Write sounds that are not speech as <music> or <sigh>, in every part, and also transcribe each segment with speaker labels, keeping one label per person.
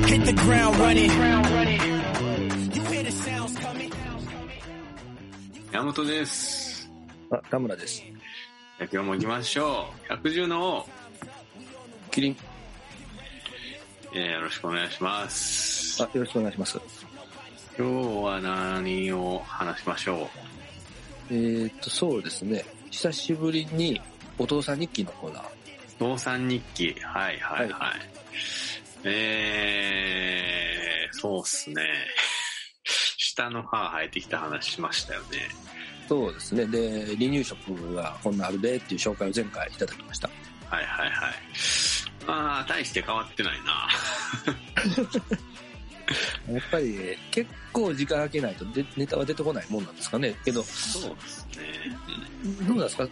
Speaker 1: ground running. You hear the sounds coming.
Speaker 2: 山本です。
Speaker 3: あ、田村です。
Speaker 2: じゃあ今日も行きましょう。百獣の王、
Speaker 3: キリン。
Speaker 2: えーよろしくお願いします。
Speaker 3: あ、よろしくお願いします。
Speaker 2: 今日は何を話しましょ
Speaker 3: えー、っと、そうですね。久しぶりにお父さん日記のコーナー。
Speaker 2: う動産日記。はいはいはい。
Speaker 3: は
Speaker 2: えー、そうっすね。下の歯生えてきた話しましたよね。
Speaker 3: そうですね。で、離乳食がこんなあるでっていう紹介を前回いただきました。
Speaker 2: はいはいはい。あー、大して変わってないな。
Speaker 3: やっぱり結構時間空けないとでネタは出てこないもんなんですかね。けど、
Speaker 2: そうっすね。
Speaker 3: どうなんですか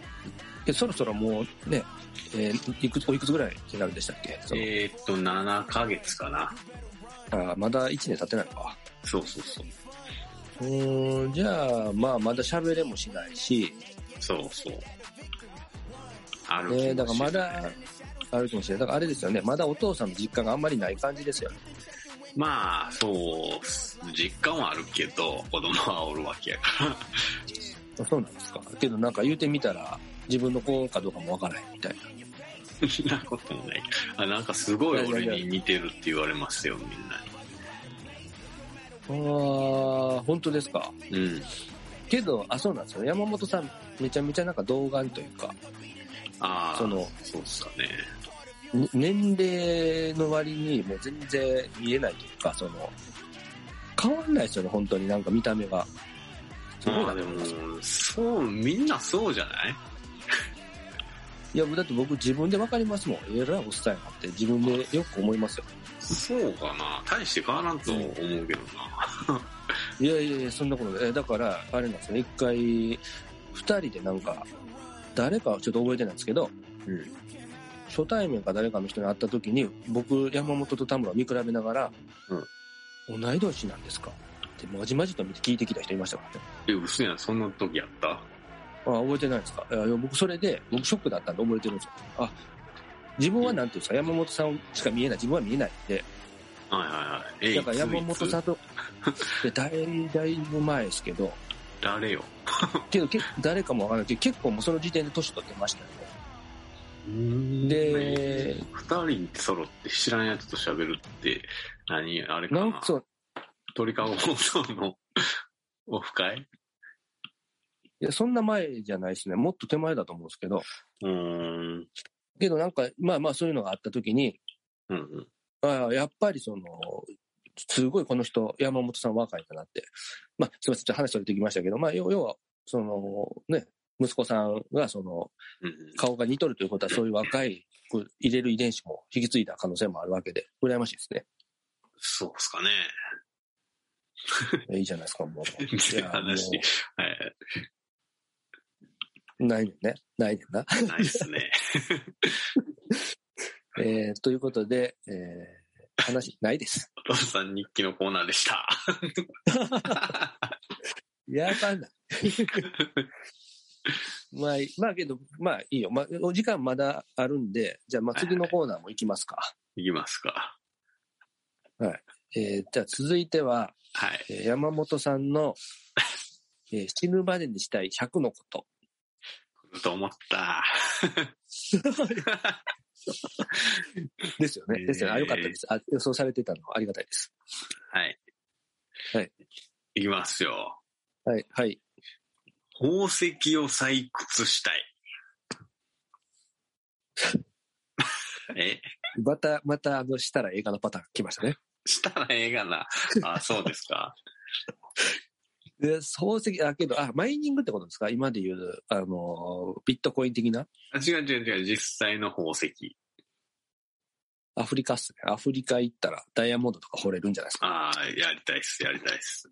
Speaker 3: えそろそろもうね、えーいくつ、おいくつぐらいになるんでしたっけそ
Speaker 2: うん
Speaker 3: の、
Speaker 2: えーっと、7ヶ月かな。
Speaker 3: あーまだ1年経ってないのか。
Speaker 2: そうそうそう。
Speaker 3: うーん、じゃあ、まあまだ喋れもしないし、
Speaker 2: そうそう。ある
Speaker 3: ね、だから
Speaker 2: かも
Speaker 3: ま
Speaker 2: しれな
Speaker 3: だ
Speaker 2: い、
Speaker 3: あるかもしれない。だからあれですよね、まだお父さんの実感があんまりない感じですよね。
Speaker 2: まあ、そうっす、実感はあるけど、子供はおるわけやから。
Speaker 3: そうなんですか。けどなんか言うてみたら、自分の子かどうかもわからないみたいな。
Speaker 2: そんなこともない。あ、なんかすごい
Speaker 3: いや
Speaker 2: 俺
Speaker 3: いやいや
Speaker 2: に似てるって言われますよ、みんな
Speaker 3: ああ、本当ですか。
Speaker 2: に。うん。
Speaker 3: けど、あ、そうなんですよ。山本さん、めちゃめちゃなんか童顔というか、
Speaker 2: ああ、
Speaker 3: その、
Speaker 2: そうっすかね。
Speaker 3: ね年齢の割にもう全然見えないというか、その、変わんないですよね、本当になんか見た目が。すごい
Speaker 2: ま
Speaker 3: な
Speaker 2: あ
Speaker 3: と
Speaker 2: で
Speaker 3: 思い
Speaker 2: も
Speaker 3: ます。、
Speaker 2: そう、みんなそうじゃない
Speaker 3: いや、だって僕自分でわかりますもん。えらいおっさんやなって自分でよく思いますよ。
Speaker 2: そうかな。大して変わらんと思うけどな。
Speaker 3: いやいやいや、そんなことない。えだから、あれなんですよね、一回、二人でなんか、誰かはちょっと覚えてないんですけど、
Speaker 2: うん。
Speaker 3: 初対面か誰かの人に会った時に、僕、山本と田村を見比べながら、同い年なんですかって、まじまじと見て聞いてきた人いましたからね。
Speaker 2: え、嘘やん、そんな時やった
Speaker 3: あ、覚えてないんですかいやいや僕、それで、僕、ショックだったんで覚えてるんですよ。あ、自分はなんていうんですか、山本さんしか見えない、自分は見えないんで、
Speaker 2: はいはいはい。え、
Speaker 3: だから山
Speaker 2: いつ
Speaker 3: 本さん
Speaker 2: いつ
Speaker 3: と、でだいだいぶ前ですけど、
Speaker 2: 誰よ。
Speaker 3: けど、け誰かもわからないけど、結構もうその時点で年取ってましたよね。で、
Speaker 2: 二人揃って知らんやつと喋るって、何あれかな
Speaker 3: なんかそう、
Speaker 2: 鳥かご放送の <laughs> オフ会
Speaker 3: いや、そんな前じゃないですね。もっと手前だと思うんですけど。
Speaker 2: うーん。
Speaker 3: けどなんか、まあまあそういうのがあった時に、
Speaker 2: うんうん。
Speaker 3: ああ、やっぱりその、すごいこの人、山本さん若いんだなって。まあ、すいません、ちょっと話それてきましたけど、まあ、要要は、その、ね、息子さんが、その、
Speaker 2: うん
Speaker 3: 顔が似とるということは、そういう若い子入れる遺伝子も引き継いだ可能性もあるわけで、羨ましいですね。
Speaker 2: そうっすかね。
Speaker 3: えいいじゃないです
Speaker 2: <laughs>
Speaker 3: か、もう。
Speaker 2: 全然
Speaker 3: も
Speaker 2: 話、はい、
Speaker 3: うないねんね。ないねんな。
Speaker 2: ないっすね。 <laughs>
Speaker 3: えーということで、えー話、ないです。
Speaker 2: お父さん日記のコーナーでした。
Speaker 3: やばない。まあ、まあけど、まあいいよ。まあ、お時間まだあるんで、じゃあ、まあ次のコーナーも行きますか。
Speaker 2: いきますか。
Speaker 3: えーじゃあ続いては、
Speaker 2: はい。
Speaker 3: えー山本さんの、えー死ぬまでにしたい100のこと。
Speaker 2: 来ると思った。
Speaker 3: ですよね。
Speaker 2: えー
Speaker 3: ですよね。あ、よかったです。あ、予想されてたのありがたいです。
Speaker 2: はい。
Speaker 3: はい。
Speaker 2: いきますよ。
Speaker 3: はい、はい。
Speaker 2: 宝石を採掘した
Speaker 3: <laughs>
Speaker 2: い。え
Speaker 3: また、また、あの、したら映画のパターン来ましたね。
Speaker 2: したらええがな。あ、そうですか。
Speaker 3: で、宝石、あ、けど、あ、マイニングってことですか今で言う、あの、ビットコイン的な
Speaker 2: あ違う違う違う、実際の宝石。
Speaker 3: アフリカっすね。アフリカ行ったらダイヤモンドとか掘れるんじゃないですか
Speaker 2: ああ、やりたいっす、やりたいっす。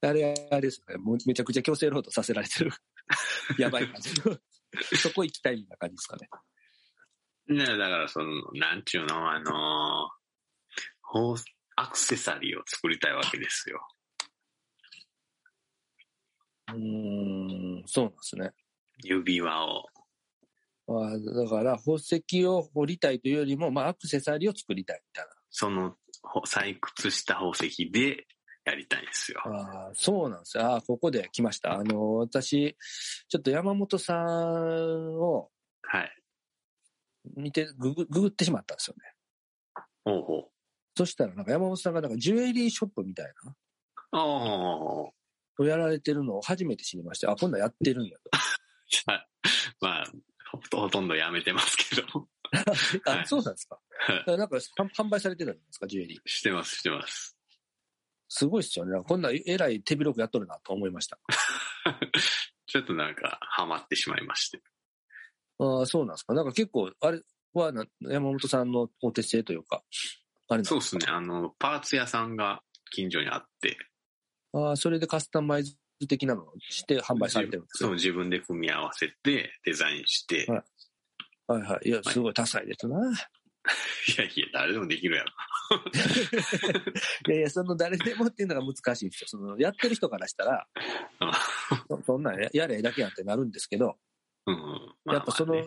Speaker 3: あれ、あれですね。もうめちゃくちゃ強制労働させられてる。 <laughs> やばい感じの。そこ行きたいみたいな感じですかね。
Speaker 2: ね、だからその、なんちゅうの、あのー宝アクセサリーを作りたいわけですよ。
Speaker 3: うん、そうなんですね。
Speaker 2: 指輪を。
Speaker 3: あだから、宝石を掘りたいというよりも、まあ、アクセサリーを作りたいみたい
Speaker 2: そのほ採掘した宝石でやりたいんですよ。
Speaker 3: ああ、そうなんですよ。ああ、ここで来ました。あの、私、ちょっと山本さんを
Speaker 2: はい。
Speaker 3: 見て、ググググってしまったんですよね。
Speaker 2: ほうほう。
Speaker 3: そしたら、なんか山本さんがなんかジュエリーショップみたいな、
Speaker 2: ああ。
Speaker 3: をやられてるのを初めて知りまして、あ、今度やってるんや <laughs> と。
Speaker 2: はいまあ、ほとほとんどやめてますけど。 <laughs> は
Speaker 3: あ、
Speaker 2: い
Speaker 3: そうなんですか。だからなんか販売されてたじゃないですか、ジュエリー。
Speaker 2: してます、してます。 <laughs>
Speaker 3: すごいっすよね。なんかこんなえらい手広くやっとるなと思いました。
Speaker 2: ちょっとなんか、ハマってしまいまして。
Speaker 3: ああ、そうなんですか。なんか結構、あれはな山本さんのお手製というか、あれなん
Speaker 2: そう
Speaker 3: で
Speaker 2: ですすね。あの、パーツ屋さんが近所にあって、
Speaker 3: ああ、それでカスタマイズ的なのをして販売されてるんです
Speaker 2: そう
Speaker 3: よ。
Speaker 2: 自分で組み合わせて、デザインして、
Speaker 3: はいはいはい。いや、すごい多彩ですな。
Speaker 2: いやいや、誰でもできるやろ。
Speaker 3: いやいや、その誰でもっていうのが難しいんですよ。その、やってる人からした <laughs> ら
Speaker 2: あ、
Speaker 3: そそんなんややれだけやんってなるんですけど、
Speaker 2: うん。まあ
Speaker 3: やっぱそ
Speaker 2: まあね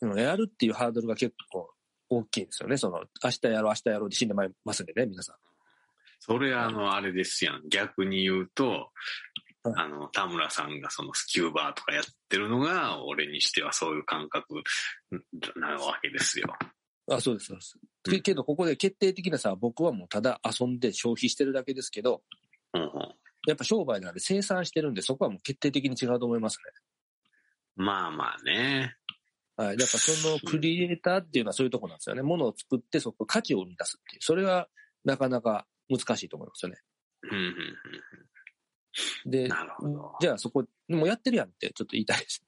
Speaker 3: の、や、やるっていうハードルが結構大きいんですよね。その、明日やろう、明日やろうで死んでまいますんでね、皆さん。
Speaker 2: それあの、あれですやん。逆に言うと
Speaker 3: はい、
Speaker 2: あの、田村さんがそのスキューバーとかやってるのが、俺にしてはそういう感覚なわけですよ。
Speaker 3: あ、そうです、そうです。
Speaker 2: う
Speaker 3: け
Speaker 2: ん
Speaker 3: けど、ここで決定的なさ、僕はもうただ遊んで消費してるだけですけど、
Speaker 2: うんうん
Speaker 3: やっぱ商売なんで生産してるんで、そこはもう決定的に違うと思います
Speaker 2: まあまあね。
Speaker 3: ね。はい。だからそのクリエイターっていうのはそういうとこなんですよね。ものを作って、そこ価値を生み出すっていう。それはなかなか難しいと思いますよね。
Speaker 2: うんうんう
Speaker 3: で
Speaker 2: ん、なるほど。
Speaker 3: じゃあそこ、もうやってるやんってちょっと言いたいです。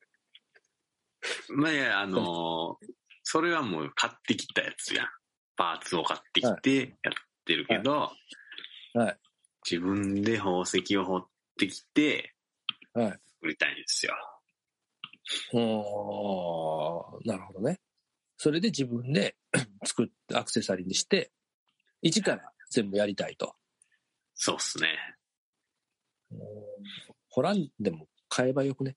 Speaker 2: まあいや、あのーそれはもう買ってきたやつやん。パーツを買ってきてやってるけど、
Speaker 3: はい。
Speaker 2: 自分で宝石を掘ってきて、
Speaker 3: はい。
Speaker 2: 作りたいんですよ。
Speaker 3: おーなるほどね。それで自分で <clears throat> 作って、アクセサリーにして、一から全部やりたいと。
Speaker 2: そうっすね。
Speaker 3: ホランでも買えばよくね。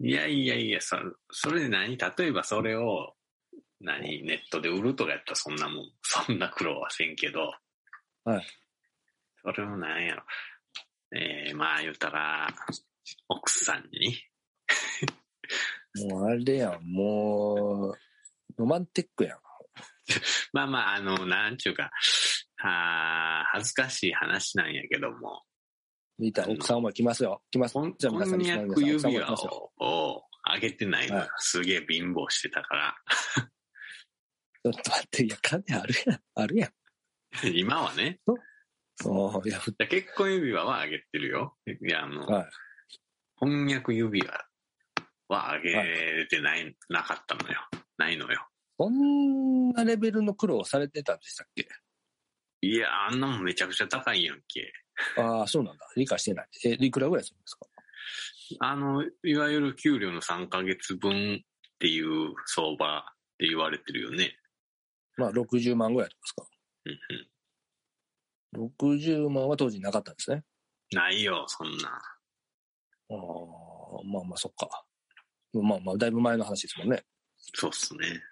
Speaker 2: いやいやいや、そそれで何例えばそれを、何ネットで売るとかやったらそんなもん、そんな苦労はせんけど。
Speaker 3: はい。
Speaker 2: それもなんやろ。えー、まあ言うたら、奥さんに、
Speaker 3: もうあれやん、もう、ロマンテックやん。
Speaker 2: まあまあ、あの、なんちゅうか、あー恥ずかしい話なんやけども、
Speaker 3: 見たら奥さんも来ますよ。来ます。
Speaker 2: こん
Speaker 3: じゃあ
Speaker 2: こ
Speaker 3: 皆さん
Speaker 2: ん
Speaker 3: に
Speaker 2: に
Speaker 3: 来
Speaker 2: ゃ
Speaker 3: ます
Speaker 2: く
Speaker 3: 奥さん
Speaker 2: 指
Speaker 3: も来
Speaker 2: 輪
Speaker 3: ますよ。
Speaker 2: ををあげてないのよ、
Speaker 3: はい
Speaker 2: すげえ貧乏してたから、 <laughs>
Speaker 3: ちょっと待って、いや、金あるやん。あるやん。
Speaker 2: 今はね、
Speaker 3: そう、いや、ふ
Speaker 2: いや結婚指輪はあげてるよ。いや、あの、
Speaker 3: はい
Speaker 2: 翻訳指輪はあげてない、なかったのよ。ないのよ。
Speaker 3: そんなレベルの苦労をされてたんでしたっけ
Speaker 2: いや、あんなもんめちゃくちゃ高いやんけ。
Speaker 3: ああ、そうなんだ。理解してない。え、いくらぐらいするんですか
Speaker 2: あの、いわゆる給料の3ヶ月分っていう相場って言われてるよね。
Speaker 3: まあ、60万ぐらいとか
Speaker 2: うんうん
Speaker 3: ですか。60万は当時なかったんですね。
Speaker 2: ないよ、そんな。
Speaker 3: ああ、まあまあ、そっか。まあまあ、だいぶ前の話ですもんね。
Speaker 2: そうっすね。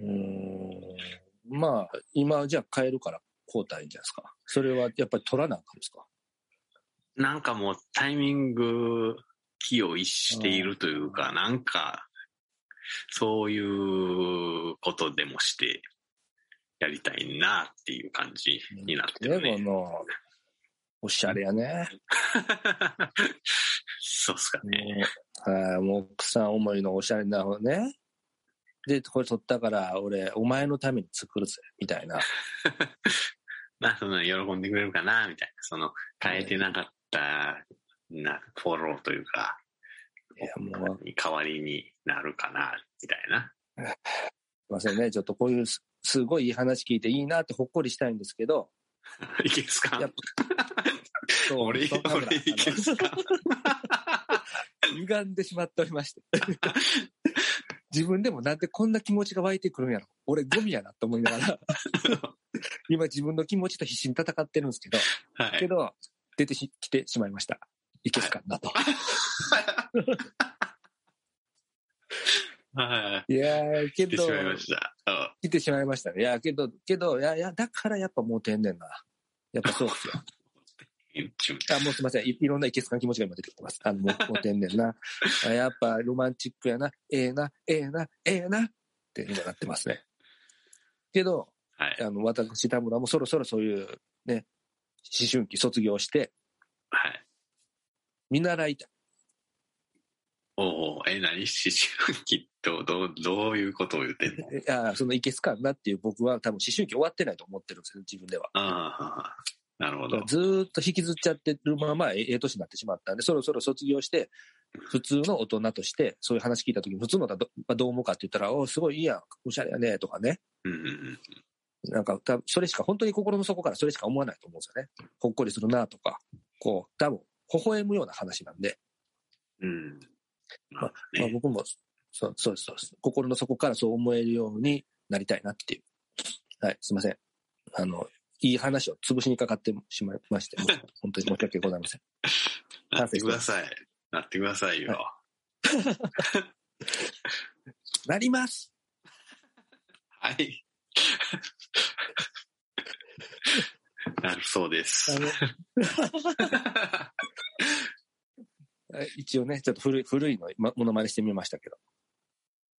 Speaker 3: うーん。まあ、今、じゃあ買えるから交代じゃないですか。それはやっぱり取らなあかんですか。
Speaker 2: なんかもうタイミング、気を逸しているというか、なんか、そういうことでもして、やりたいなっていう感じになって
Speaker 3: で
Speaker 2: る
Speaker 3: も、あ
Speaker 2: ね。
Speaker 3: の、おしゃれやね。
Speaker 2: <laughs> そうっすかね。
Speaker 3: もう、はい、もう奥さん思いのおしゃれな方ね。で、これ取ったから、俺、お前のために作るぜ、みたいな。
Speaker 2: まあ、その、喜んでくれるかな、みたいな。その、変えてなかった、な、フォローというか、
Speaker 3: いや、もう、
Speaker 2: 代わりになるかな、みたいな。
Speaker 3: すいませんね。ちょっとこういうす、すごいいい話聞いていいなってほっこりしたいんですけど、
Speaker 2: いけですか
Speaker 3: やっそう
Speaker 2: <laughs> 俺、
Speaker 3: そんなのが
Speaker 2: 俺、いけです
Speaker 3: <laughs>
Speaker 2: か
Speaker 3: あの歪んでしまっておりまして。 <laughs> 自分でもなんでこんな気持ちが湧いてくるんやろ。俺ゴミやなと思いな
Speaker 2: <laughs>
Speaker 3: がら、今自分の気持ちと必死に戦ってるんですけど、
Speaker 2: は
Speaker 3: け
Speaker 2: い。
Speaker 3: ど、出てきてしまいました。いけすかなと。
Speaker 2: はい
Speaker 3: やー、け
Speaker 2: い。来て
Speaker 3: ど
Speaker 2: し、まいました。あ
Speaker 3: 来てしまいましたね。いや、けど、けど、いや、いや、だからやっぱモテんねんな。やっぱそうっ
Speaker 2: <laughs>
Speaker 3: すよ。あ、もうすいません。いいろんないけすかん気持ちが今出てきてます。あの、もう、もうてんねんな。あやっぱロマンチックやな。ええな、ええな、ええな。って今なってますね。けど、
Speaker 2: はい。
Speaker 3: あの、私、田村もそろそろそういう、ね、思春期卒業して、
Speaker 2: はい。
Speaker 3: 見習いたい。
Speaker 2: おおえ、何思 <laughs> 春期と、どう、どういうことを言ってんの
Speaker 3: えあーそのいけすかんなっていう僕は多分思春期終わってないと思ってるんですよ、自分では。
Speaker 2: ああ、なるほど。
Speaker 3: ずーっと引きずっちゃってるまま、えええ年になってしまったんで、そろそろ卒業して、普通の大人として、そういう話聞いたときに、普通のだとまあどう思うかって言ったら、おーすごいいいやん、おしゃれやね、とかね。
Speaker 2: うんうんうん。
Speaker 3: なんか、多分それしか、本当に心の底からそれしか思わないと思うんですよね。ほっこりするなとか、こう、多分、微笑むような話なんで、
Speaker 2: うん。まあ
Speaker 3: まあ、
Speaker 2: ね、
Speaker 3: 僕も、そうそうです、そうです。心の底からそう思えるようになりたいなっていう。はい、すいません。あの、いい話を潰しにかかってしまいまして、もう本当に申し訳ございません。
Speaker 2: なってください。なってくださいよ。
Speaker 3: なります
Speaker 2: はい。 <laughs> なるそうです。
Speaker 3: あの一応ね、ちょっと古い、古いの、ま、ものまねしてみましたけど。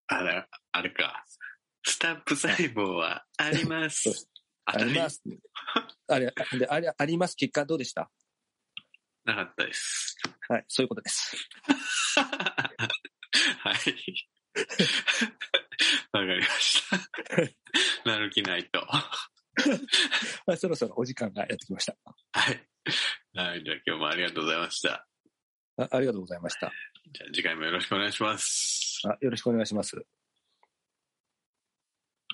Speaker 2: あれ、あれか。スタップ細胞はありま。
Speaker 3: そうですす。ありますす。あれ、であれ、あります。結果どうでした
Speaker 2: なかったです。
Speaker 3: はい、そういうことです。
Speaker 2: はい。わかりました。 <laughs> なる気ないと。は
Speaker 3: まあ、そろそろお時間がやってきました。
Speaker 2: い。はい。じゃあ今日もありがとうございました。
Speaker 3: あありがとうございました
Speaker 2: じゃあ次回もよろしくお願いします。
Speaker 3: あ。よろしくお願いします。